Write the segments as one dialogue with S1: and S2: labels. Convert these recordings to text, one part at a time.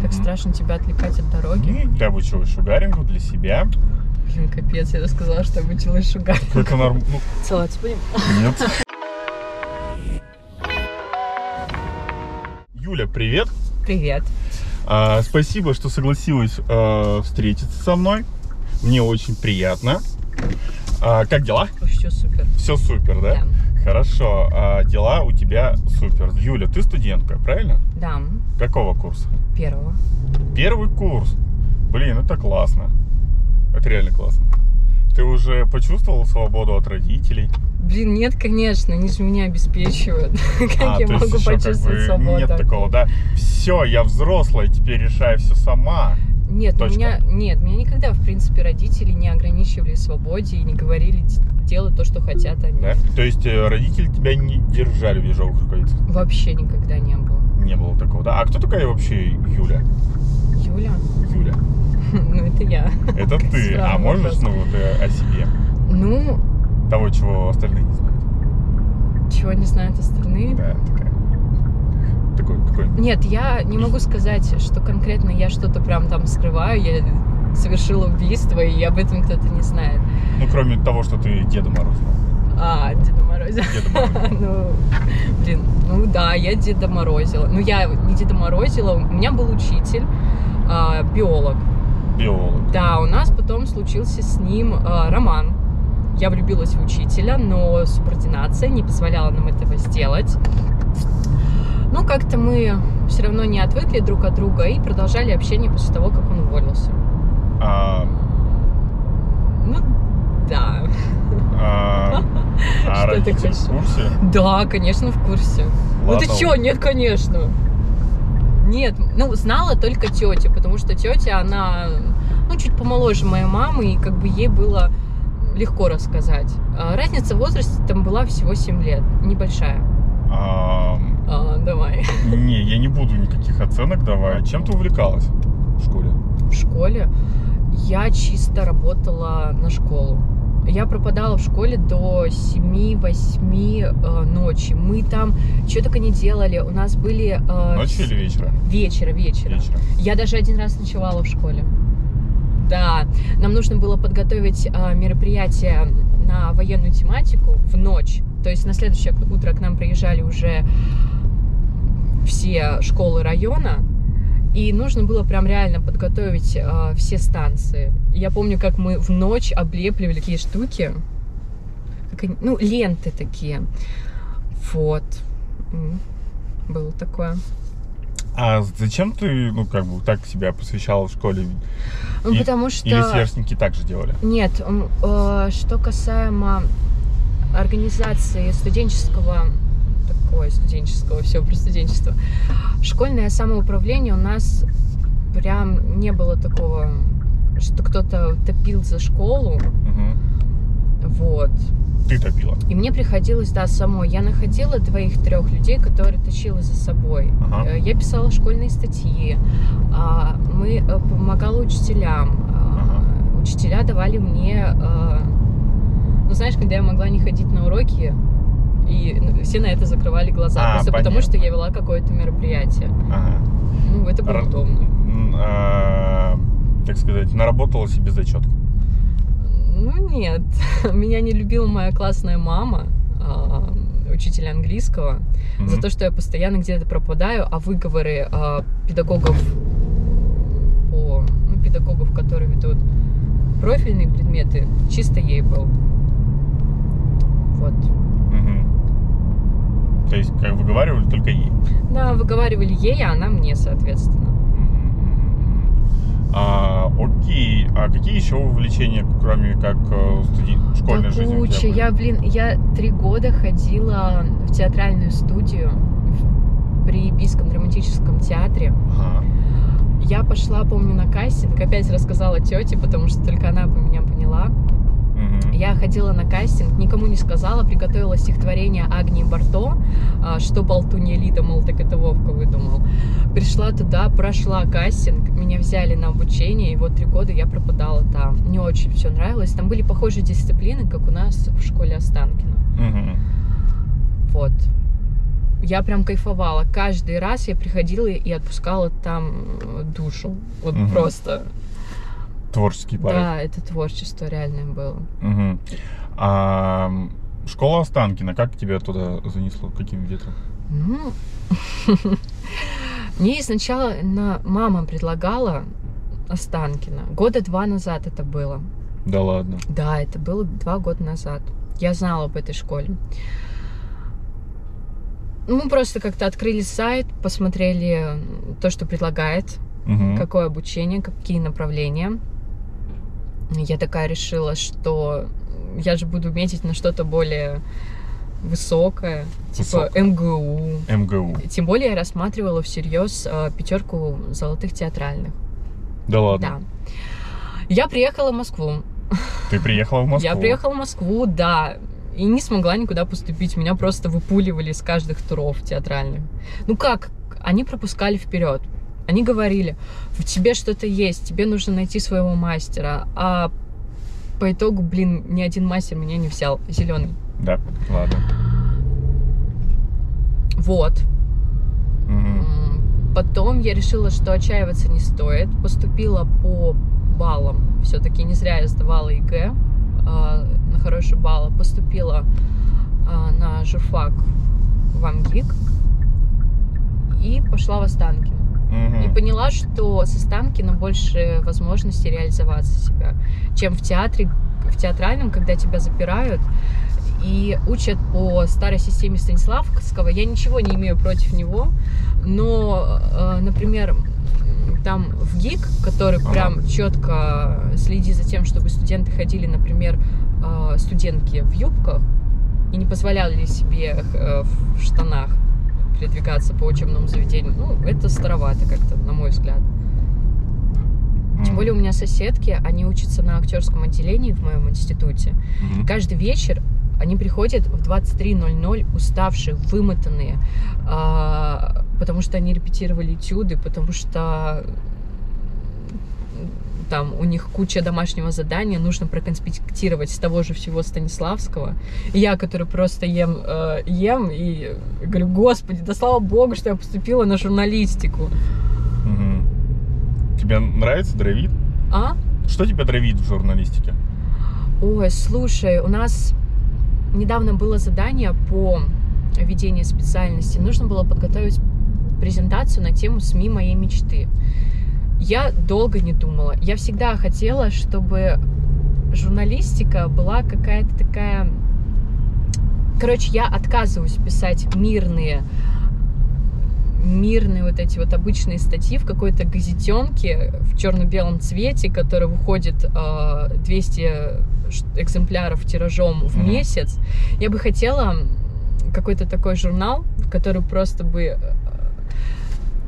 S1: Так страшно тебя отвлекать от дороги.
S2: М, Ты обучилась шугарингу для себя.
S1: Блин, капец, я рассказала, что обучилась шугар.
S2: Только норм... Ну,
S1: Целоваться будем?
S2: нет. Юля, привет.
S1: Привет.
S2: А, спасибо, что согласилась э, встретиться со мной. Мне очень приятно. А, как дела?
S1: Вообще супер.
S2: Все супер, да?
S1: Да.
S2: Хорошо. А, дела у тебя супер. Юля, ты студентка, правильно?
S1: Да.
S2: Какого курса?
S1: Первого.
S2: Первый курс. Блин, это классно. Это реально классно. Ты уже почувствовал свободу от родителей?
S1: Блин, нет, конечно, они же меня обеспечивают. Как
S2: А,
S1: я
S2: то есть
S1: могу
S2: еще как
S1: почувствовать
S2: бы
S1: свободу?
S2: Нет такого, да? Все, я взрослая, теперь решаю все сама.
S1: Нет, у
S2: Точка.
S1: меня, нет, меня никогда, в принципе, родители не ограничивали в свободе и не говорили д- делать то, что хотят они.
S2: Да? То есть э, родители тебя не держали в ежовых рукавицах?
S1: Вообще никогда не было.
S2: Не было такого, да? А кто такая вообще Юля?
S1: Юля?
S2: Юля,
S1: Ну, это я.
S2: это
S1: Как
S2: ты.
S1: странно
S2: А можешь,
S1: вопрос.
S2: ну, вот э, о себе?
S1: Ну,
S2: Того, чего остальные не знают.
S1: чего не знают остальные.
S2: Да, такая. Такой, такой.
S1: Нет, я не могу сказать, что конкретно я что-то прям там скрываю. Я совершила убийство, и об этом кто-то не знает.
S2: Ну, кроме того, что ты Деда Мороз.
S1: А, Деда Мороза.
S2: Деда Мороз.
S1: Ну, блин, ну да, я Деда Морозила. Ну, я не Деда Морозила, у меня был учитель, а, биолог.
S2: Биолог.
S1: Да, у нас потом случился с ним а, роман. Я влюбилась в учителя, но субординация не позволяла нам этого сделать. Ну, как-то мы все равно не отвыкли друг от друга и продолжали общение после того, как он уволился.
S2: А,
S1: Ну, да.
S2: а, а
S1: Что ты
S2: родители
S1: хочешь?
S2: в курсе?
S1: Да, конечно, в курсе. Ну ты
S2: Ладно,
S1: чё? Нет, конечно. Нет, ну знала только тетя, потому что тетя, она, ну, чуть помоложе моей мамы, и как бы ей было легко рассказать. А, Разница в возрасте там была всего 7 лет, небольшая.
S2: а,
S1: А, давай.
S2: Не, я не буду никаких оценок давать. Чем ты увлекалась в школе?
S1: В школе я чисто работала на школу. Я пропадала в школе до 7-8 э, ночи. Мы там что только не делали. У нас были... э,
S2: Ночью или вечера?
S1: Вечера, вечера.
S2: Вечером.
S1: Я даже один раз ночевала в школе. Да, нам нужно было подготовить а, мероприятие на военную тематику в ночь. То есть на следующее утро к нам приезжали уже все школы района, и нужно было прям реально подготовить а, все станции. Я помню, как мы в ночь облепливали такие штуки, как они- ну, ленты такие. Вот. М, Было такое.
S2: А зачем ты, ну, как бы, так себя посвящала в школе?
S1: Ну,
S2: И-
S1: потому что...
S2: Или сверстники так же делали?
S1: Нет, м, э, что касаемо организации студенческого, такое студенческого, все про студенчество, школьное самоуправление у нас прям не было такого, что кто-то топил за школу,
S2: Мгм.
S1: вот.
S2: Ты топила.
S1: И мне приходилось, да, самой. Я находила двоих-трех людей, которые тащила за собой.
S2: Ага.
S1: Э, Я писала школьные статьи, а, мы э, помогала учителям. а, Учителя давали мне, э, ну знаешь, когда я могла не ходить на уроки, и ну, все на это закрывали глаза,
S2: А,
S1: просто потому
S2: понятно.
S1: что я вела какое-то мероприятие.
S2: Ага.
S1: Ну, это было
S2: Ра-
S1: удобно.
S2: М, а, так сказать, наработала себе зачетку.
S1: Ну нет, меня не любила моя классная мама, а, учитель английского,
S2: Мгм.
S1: за то, что я постоянно где-то пропадаю, а выговоры а, педагогов по ну, педагогов, которые ведут профильные предметы, чисто ей был. Вот.
S2: Мгм. То есть, как выговаривали только ей.
S1: Да, выговаривали ей, а она мне, соответственно.
S2: Мгм. А, окей, а какие еще увлечения, кроме как э, студи- школьной
S1: Да
S2: жизни? у тебя
S1: куча.
S2: были?
S1: Я, блин, я три года ходила в театральную студию в- при Бийском драматическом театре.
S2: Ага.
S1: Я пошла, помню, на кастинг, опять рассказала тете, потому что только она бы меня поняла.
S2: Мгм.
S1: Я ходила на кастинг, никому не сказала, приготовила стихотворение Агнии Барто, а, что болтунья Лида, мол, так это Вовка выдумал. Пришла туда, прошла кастинг, меня взяли на обучение, и вот три года я пропадала там. Мне очень все нравилось. Там были похожие дисциплины, как у нас в школе Останкина.
S2: Мгм.
S1: Вот. Я прям кайфовала. Каждый раз я приходила и отпускала там э, душу. Вот
S2: Мгм.
S1: просто.
S2: Творческий порыв.
S1: Да, это творчество реальное было.
S2: Мгм. А м, школа Останкина, как тебя туда занесло? Каким ветром?
S1: Ну, мне сначала на- мама предлагала Останкина. Года два назад это было.
S2: Да ладно.
S1: Да, это было два года назад. Я знала об этой школе. Ну, Мы просто как-то открыли сайт, посмотрели то, что предлагает,
S2: Мгм.
S1: какое обучение, какие направления. Я такая решила, что я же буду метить на что-то более высокое, типа
S2: Высокое.
S1: МГУ.
S2: МГУ.
S1: Тем более я рассматривала всерьез э, пятерку золотых театральных.
S2: Да ладно.
S1: Да. Я приехала в Москву.
S2: Ты приехала в Москву.
S1: Я приехала в Москву, да, и не смогла никуда поступить. Меня просто выпуливали из каждых туров театральных. Ну как? Они пропускали вперед. Они говорили, в тебе что-то есть, тебе нужно найти своего мастера. А по итогу, блин, ни один мастер меня не взял. Зеленый.
S2: Да, ладно.
S1: Вот.
S2: Мгм.
S1: М, Потом я решила, что отчаиваться не стоит. Поступила по баллам. Все-таки не зря я сдавала ЕГЭ а, на хорошие баллы. Поступила а, на журфак в Амгик и пошла в Останкино.
S2: Мгм.
S1: И поняла, что с Останкино больше возможностей реализоваться себя, чем в театре, в театральном, когда тебя запирают и учат по старой системе Станиславского. Я ничего не имею против него, но, э, например, м, там в ГИК, который
S2: Ага.
S1: прям четко следи за тем, чтобы студенты ходили, например, э, студентки в юбках и не позволяли себе э, в штанах передвигаться по учебному заведению. Ну, это старовато как-то, на мой взгляд.
S2: Мгм.
S1: Тем более у меня соседки, они учатся на актерском отделении в моем институте.
S2: Мгм.
S1: Каждый вечер они приходят в 23.00 уставшие, вымотанные, а, потому что они репетировали этюды, потому что м, там у них куча домашнего задания, нужно проконспектировать с того же всего Станиславского. И я, который просто ем, э, ем и говорю, господи, да слава богу, что я поступила на журналистику.
S2: Мгм. Тебе нравится дровит?
S1: А?
S2: Что тебя дровит в журналистике?
S1: Ой, слушай, у нас недавно было задание по ведению специальности. Нужно было подготовить презентацию на тему СМИ моей мечты. Я долго не думала. Я всегда хотела, чтобы журналистика была какая-то такая... Короче, я отказываюсь писать мирные мирные вот эти вот обычные статьи в какой-то газетенке в черно-белом цвете, которая выходит э, 200 ш- экземпляров тиражом в
S2: Мгм.
S1: месяц. Я бы хотела какой-то такой журнал, который просто бы... э,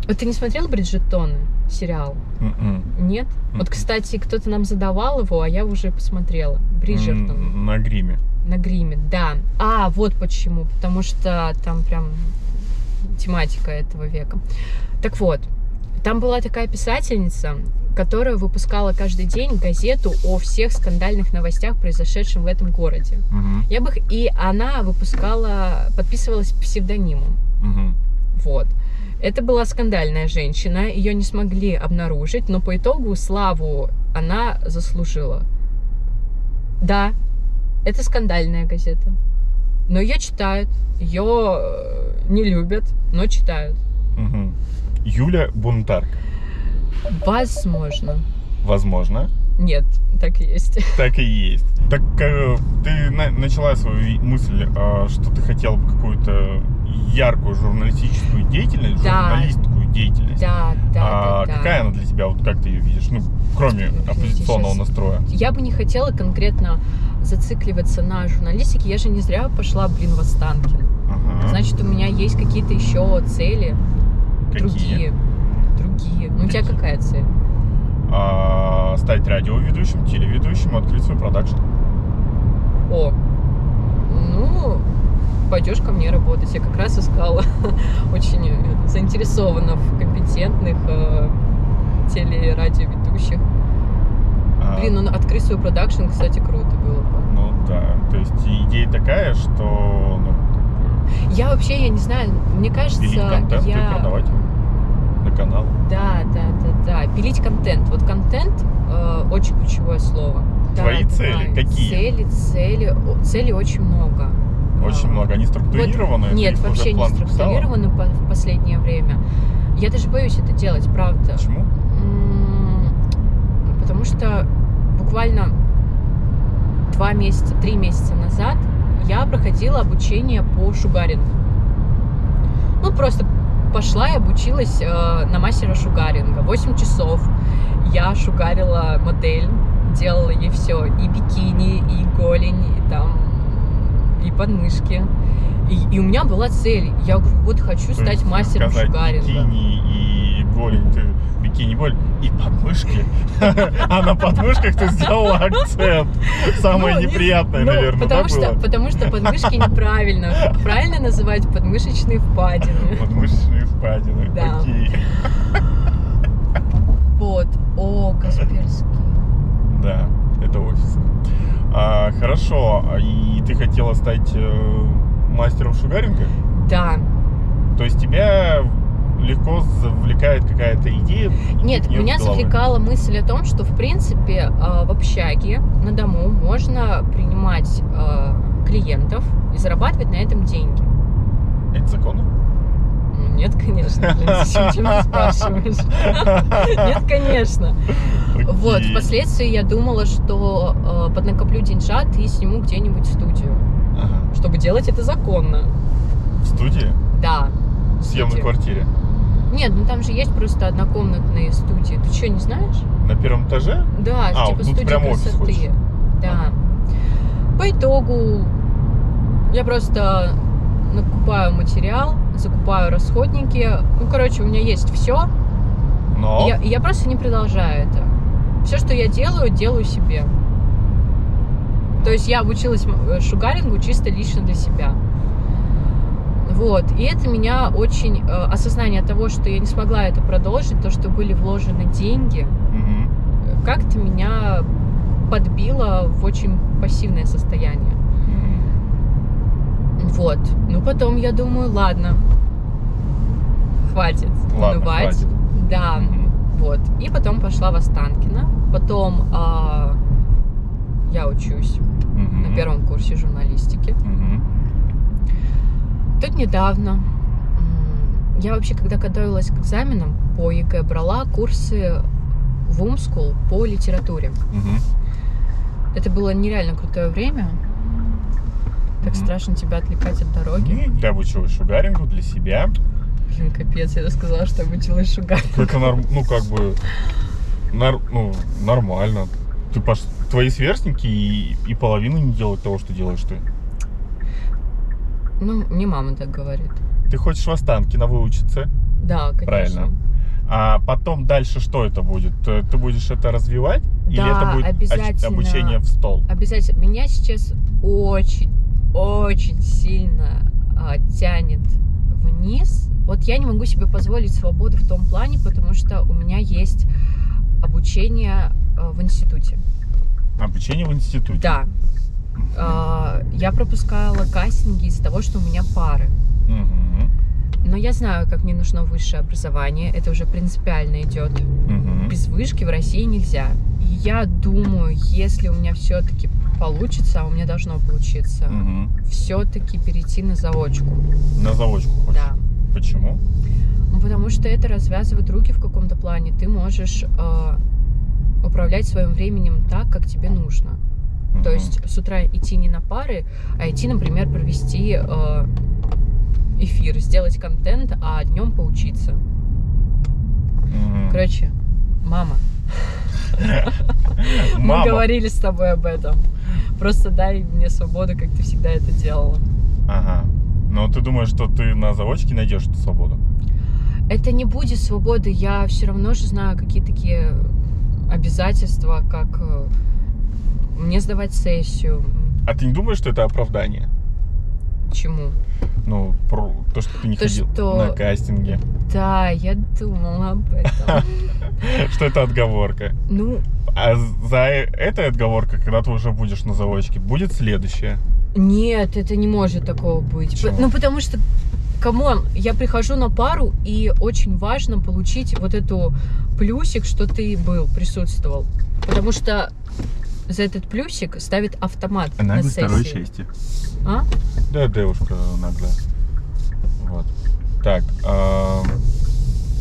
S1: Вот ты не смотрел «Бриджитоны» сериал?
S2: Мгм.
S1: Нет? Вот,
S2: Мгм.
S1: кстати, кто-то нам задавал его, а я уже посмотрела. Бриджертон
S2: М, На гриме.
S1: на гриме, да. А, вот почему. Потому что там прям тематика этого века. Так вот, там была такая писательница, которая выпускала каждый день газету о всех скандальных новостях, произошедшем в этом городе.
S2: Мгм.
S1: Я бы... х- И она выпускала, подписывалась псевдонимом.
S2: Мгм.
S1: Вот. Это была скандальная женщина, ее не смогли обнаружить, но по итогу славу она заслужила. Да, это скандальная газета. Но ее читают, ее не любят, но читают.
S2: Мгм. Юля Бунтарка.
S1: Возможно.
S2: Возможно.
S1: Нет, так и есть.
S2: Так и есть. Так э, ты на- начала свою и- мысль, а, что ты хотела бы какую-то яркую журналистическую деятельность,
S1: Да.
S2: журналистскую деятельность.
S1: Да, да,
S2: а
S1: да, да.
S2: какая она для тебя, вот как ты ее видишь? Ну, кроме
S1: Блин, я
S2: оппозиционного
S1: щас-
S2: настроя.
S1: Я бы не хотела конкретно зацикливаться на журналистике. Я же не зря пошла, блин, в Останкин.
S2: Ага.
S1: Значит, у меня есть какие-то еще цели.
S2: Какие?
S1: Другие. Другие. Ну, у тебя
S2: Какие?
S1: какая цель?
S2: А, стать радиоведущим, телеведущим, открыть свой продакшн.
S1: О, ну, пойдешь ко мне работать. Я как раз искала очень э, заинтересованных, компетентных э, теле- и радиоведущих.
S2: А,
S1: Блин, ну, открыть свой продакшн, кстати, круто было бы.
S2: Ну да, то есть идея такая, что ну, как бы,
S1: Я вообще, я не знаю, мне кажется,
S2: Пилить контент и
S1: я...
S2: продавать его на канал.
S1: Да, да, да, да. Пилить контент. Вот контент э, очень ключевое слово. Да,
S2: Твои
S1: да.
S2: цели какие?
S1: Цели, цели, о, целей очень много.
S2: Очень
S1: А,
S2: много. Они структурированы? Ты
S1: Нет,
S2: их уже
S1: вообще
S2: в
S1: не
S2: план вписала?
S1: структурированы по- в последнее время. Я даже боюсь это делать, правда.
S2: Почему?
S1: М, Потому что буквально два месяца, три месяца назад я проходила обучение по шугарингу. Ну, просто пошла и обучилась э, на мастера шугаринга. 8 часов я шугарила модель, делала ей все. И бикини, и голень, и там, и подмышки. И, и у меня была цель. Я говорю, вот хочу
S2: То
S1: стать
S2: есть
S1: мастером
S2: сказать
S1: шугаринга.
S2: бикини и голень, ты бикини голень и подмышки. А на подмышках ты сделала акцент.
S1: Ну,
S2: Самое
S1: не-
S2: неприятное,
S1: Ну,
S2: наверное, да,
S1: потому что,
S2: было?
S1: Потому что подмышки неправильно. Правильно называть подмышечные впадины.
S2: Подмышечные впадины.
S1: Да.
S2: Окей.
S1: Вот. О, Касперский.
S2: Да, это офис. А, хорошо, а и ты хотела стать э, мастером шугаринга?
S1: Да.
S2: То есть тебя легко завлекает какая-то идея? и
S1: Нет,
S2: ты в неё
S1: меня
S2: в голову.
S1: завлекала мысль о том, что, в принципе, э, в общаге на дому можно принимать э, клиентов и зарабатывать на этом деньги.
S2: Это законно?
S1: Ну, Нет, конечно. блин, Зачем чем ты спрашиваешь? Нет, конечно. Вот,
S2: Окей.
S1: впоследствии я думала, что э, поднакоплю деньжат и сниму где-нибудь студию.
S2: Ага.
S1: чтобы делать это законно.
S2: В студии?
S1: Да.
S2: В съемной
S1: Студия.
S2: квартире?
S1: Нет, ну там же есть просто однокомнатные студии. Ты что, не знаешь?
S2: На первом этаже?
S1: Да,
S2: А,
S1: типа
S2: тут
S1: студия
S2: прям офис
S1: красоты.
S2: хочешь?
S1: Да. По итогу я просто накупаю материал, закупаю расходники. Ну, короче, у меня есть все.
S2: Но...
S1: Я, и я просто не продолжаю это. Все, что я делаю, делаю себе. То есть я обучилась м- э, шугарингу чисто лично для себя. Вот. И это меня очень... э, осознание того, что я не смогла это продолжить, то, что были вложены деньги,
S2: Мгм.
S1: э, как-то меня подбило в очень пассивное состояние.
S2: Мгм.
S1: Вот. Ну, потом я думаю, ладно, хватит
S2: Ладно,
S1: унывать.
S2: хватит.
S1: Да.
S2: Мгм.
S1: Вот. И потом пошла в Останкино. Потом а, я учусь
S2: Мгм.
S1: на первом курсе журналистики.
S2: Мгм.
S1: Тут недавно м, я вообще, когда готовилась к экзаменам по ЕГЭ, брала курсы в Умскул по литературе.
S2: Мгм.
S1: Это было нереально крутое время. Так
S2: Мгм.
S1: страшно тебя отвлекать от дороги.
S2: Окей. Ты обучилась шугарингу для себя.
S1: Блин, капец, я рассказала, что обучилась шугар.
S2: Это, норм- ну, как бы, нар- ну, нормально. Ты пош... Твои сверстники и, и половину не делают того, что делаешь ты.
S1: Ну, мне мама так говорит.
S2: Ты хочешь в Останкино выучиться,
S1: Да, конечно.
S2: Правильно. а потом дальше что это будет? Э, Ты будешь это развивать? Или
S1: Да,
S2: это будет оч-
S1: обязательно.
S2: обучение в стол?
S1: Обязательно. Меня сейчас очень, очень сильно а, тянет вниз. Вот я не могу себе позволить свободу в том плане, потому что у меня есть обучение а, в институте.
S2: Обучение в институте?
S1: Да. А, я пропускала кастинги из-за того, что у меня пары.
S2: Мгм.
S1: Но я знаю, как мне нужно высшее образование. Это уже принципиально идет.
S2: Мгм.
S1: Без вышки в России нельзя. И я думаю, если у меня все-таки получится, а у меня должно получиться,
S2: Мгм.
S1: все-таки перейти на заочку.
S2: На заочку хочешь?
S1: Да.
S2: Почему?
S1: Ну, потому что это развязывает руки в каком-то плане. Ты можешь э, управлять своим временем так, как тебе нужно. То
S2: Мгм.
S1: есть с утра идти не на пары, а идти, например, провести э, эфир, сделать контент, а днем поучиться.
S2: Мгм.
S1: Короче, мама,
S2: Мама,
S1: мы говорили с тобой об этом. Просто дай мне свободу, как ты всегда это делала.
S2: Ага. Но ты думаешь, что ты на заочке найдешь эту свободу?
S1: это не будет свободы. Я все равно же знаю, какие такие обязательства, как э, мне сдавать сессию,
S2: А ты не думаешь, что это оправдание?
S1: чему.
S2: Ну, про то, что ты не
S1: То,
S2: ходил
S1: что-
S2: на кастинге.
S1: Да, я думала об этом.
S2: Что это отговорка.
S1: Ну,
S2: А за этой отговоркой, когда ты уже будешь на заочке, будет следующее.
S1: Нет, это не может такого быть.
S2: Почему?
S1: Ну, потому что, камон, я прихожу на пару, и очень важно получить вот эту плюсик, что ты был, присутствовал. Потому что за этот плюсик ставит автомат на
S3: Наглость второй
S1: сессии.
S3: части.
S1: А?
S2: Да, девушка наглая. Вот. Так, а,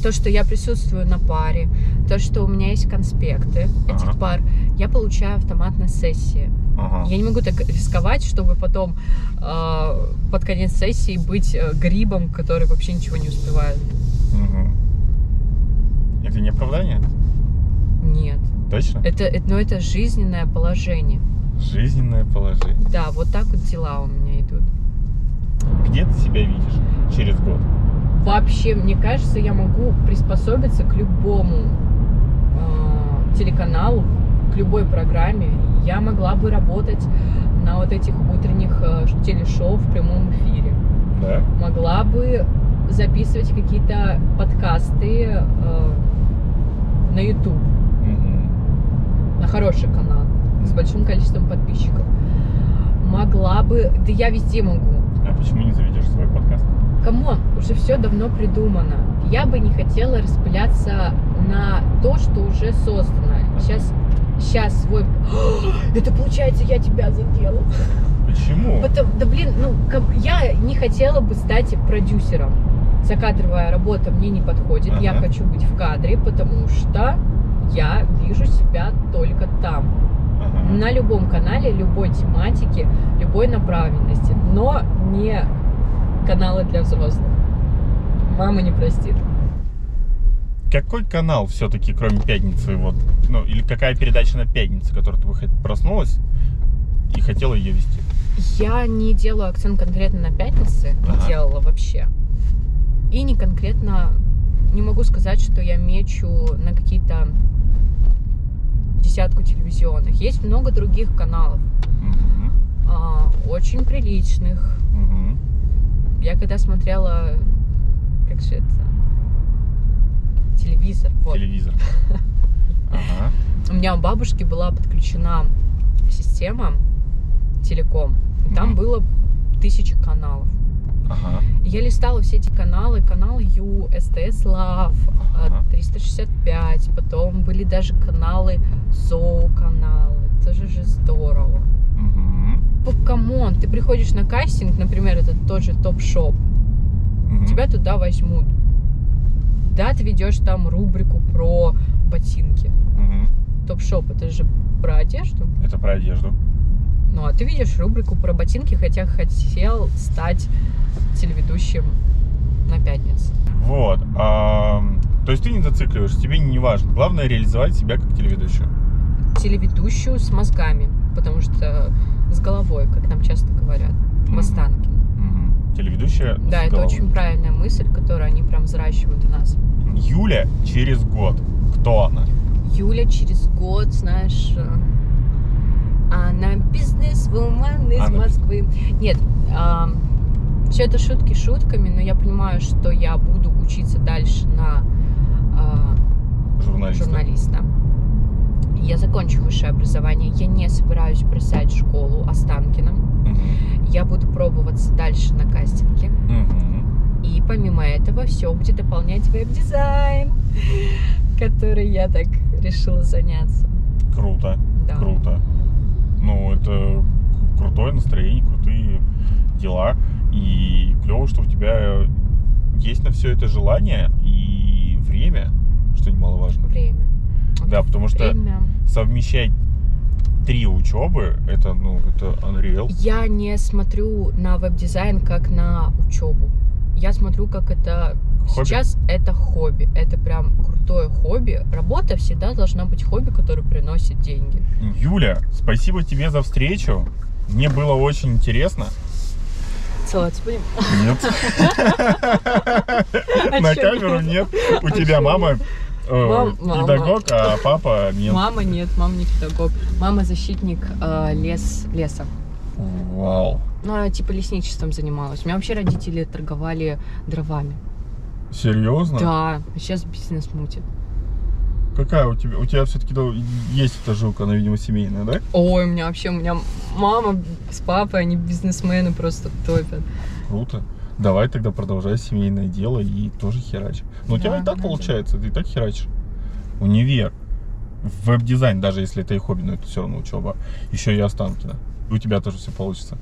S1: То, что я присутствую на паре, то, что у меня есть конспекты
S2: Ага.
S1: этих пар, я получаю автомат на сессии.
S2: ага.
S1: Я не могу так рисковать, чтобы потом э, под конец сессии быть э, грибом, который вообще ничего не успевает.
S2: Мгм. Это не оправдание?
S1: Нет.
S2: Точно?
S1: Это, это, но это жизненное положение.
S2: Жизненное положение.
S1: Да, вот так вот дела у меня идут.
S2: Где ты себя видишь через год?
S1: Вообще, мне кажется, я могу приспособиться к любому э, телеканалу, к любой программе. Я могла бы работать на вот этих утренних э, телешоу в прямом эфире.
S2: Да?
S1: Могла бы записывать какие-то подкасты э, на YouTube,
S2: Мгм.
S1: на хороший канал. с большим количеством подписчиков. Могла бы, да я везде могу.
S2: А почему не заведешь свой подкаст?
S1: Камон, уже все давно придумано. Я бы не хотела распыляться на то, что уже создано. Сейчас, сейчас свой... Это получается, я тебя задела.
S2: Почему?
S1: Потом- да блин, ну, кам- я не хотела бы стать продюсером. Закадровая работа мне не подходит. Я
S2: Ага.
S1: хочу быть в кадре, потому что я вижу себя только там
S2: Ага.
S1: на любом канале, любой тематике, любой направленности, но не каналы для взрослых. Мама не простит.
S2: Какой канал все-таки, кроме пятницы, вот, ну, или какая передача на пятнице, которую ты бы хот- проснулась и хотела ее вести?
S1: Я не делаю акцент конкретно на пятницы,
S2: Ага.
S1: не делала вообще. И не конкретно, не могу сказать, что я мечу на какие-то десятку телевизионных. Есть много других каналов,
S2: Мгм.
S1: а, очень приличных.
S2: Мгм.
S1: Я когда смотрела, как же это, телевизор, вот,
S2: Телевизор. Ага.
S1: У меня у бабушки была подключена система телеком. И там
S2: Мгм.
S1: было тысяча каналов.
S2: Ага.
S1: И Я листала все эти каналы. Канал Ю, СТС Лав, э,
S2: Ага.
S1: 365. Потом были даже каналы Зоу каналы. Это же же здорово.
S2: Мгм.
S1: Ну, Камон, ты приходишь на кастинг, например, это тот же топ-шоп.
S2: Мгм.
S1: Тебя туда возьмут. Да, ты ведешь там рубрику про ботинки.
S2: Мгм.
S1: Топ-шоп, это же про одежду.
S2: Это про одежду.
S1: Ну, а ты видишь рубрику про ботинки, хотя хотел стать телеведущим на пятницу.
S2: Вот. ам, то есть ты не зацикливаешься, тебе не важно. Главное реализовать себя как телеведущую.
S1: Телеведущую с мозгами, потому что с головой, как нам часто говорят, в
S2: Мгм.
S1: Останкино.
S2: Мгм. Телеведущая.
S1: Да,
S2: с
S1: это
S2: головой.
S1: очень правильная мысль, которую они прям взращивают у нас.
S2: Юля через год. Кто она?
S1: Юля через год, знаешь, э, она бизнес-вумен из
S2: Она-
S1: Москвы. Нет, все это шутки шутками, но я понимаю, что я буду учиться дальше на а,
S2: Журналист.
S1: журналиста. Я закончу высшее образование, я не собираюсь бросать школу Останкиным. Я буду пробоваться дальше на кастинге. И помимо этого все будет дополнять веб-дизайн, который я так решила заняться.
S2: Круто.
S1: Да.
S2: Круто. Ну, это крутое настроение, крутые дела. И клево, что у тебя есть на все это желание и время, что немаловажно.
S1: Время.
S2: Да, потому что
S1: Время.
S2: совмещать три учебы, это, ну, это unreal.
S1: Я не смотрю на веб-дизайн как на учебу. Я смотрю, как это
S2: Хобби?
S1: сейчас это хобби. Это прям крутое хобби. Работа всегда должна быть хобби, которое приносит деньги.
S2: Юля, спасибо тебе за встречу. Мне было очень интересно.
S1: Целоваться будем?
S2: Нет. На
S1: А чё
S2: камеру нет. У
S1: А
S2: тебя
S1: чё
S2: мама э,
S1: Мам- мама.
S2: педагог, а папа нет.
S1: Мама нет, мама не педагог. Мама защитник э, лес, леса.
S2: Вау.
S1: Ну, она типа лесничеством занималась. У меня вообще родители торговали дровами. а
S2: Серьезно?
S1: Да, сейчас бизнес мутит.
S2: Какая у тебя? У тебя все-таки есть эта жилка, она, видимо, семейная, да?
S1: Ой, у меня вообще, у меня мама с папой, они бизнесмены просто топят.
S2: Круто. Давай тогда продолжай семейное дело и тоже херач. Но у тебя
S1: Да,
S2: и так
S1: надо.
S2: получается, ты и так херачишь. Универ. Веб-дизайн, даже если это и хобби, но это все равно учеба. Еще и Останкина. И у тебя тоже все получится.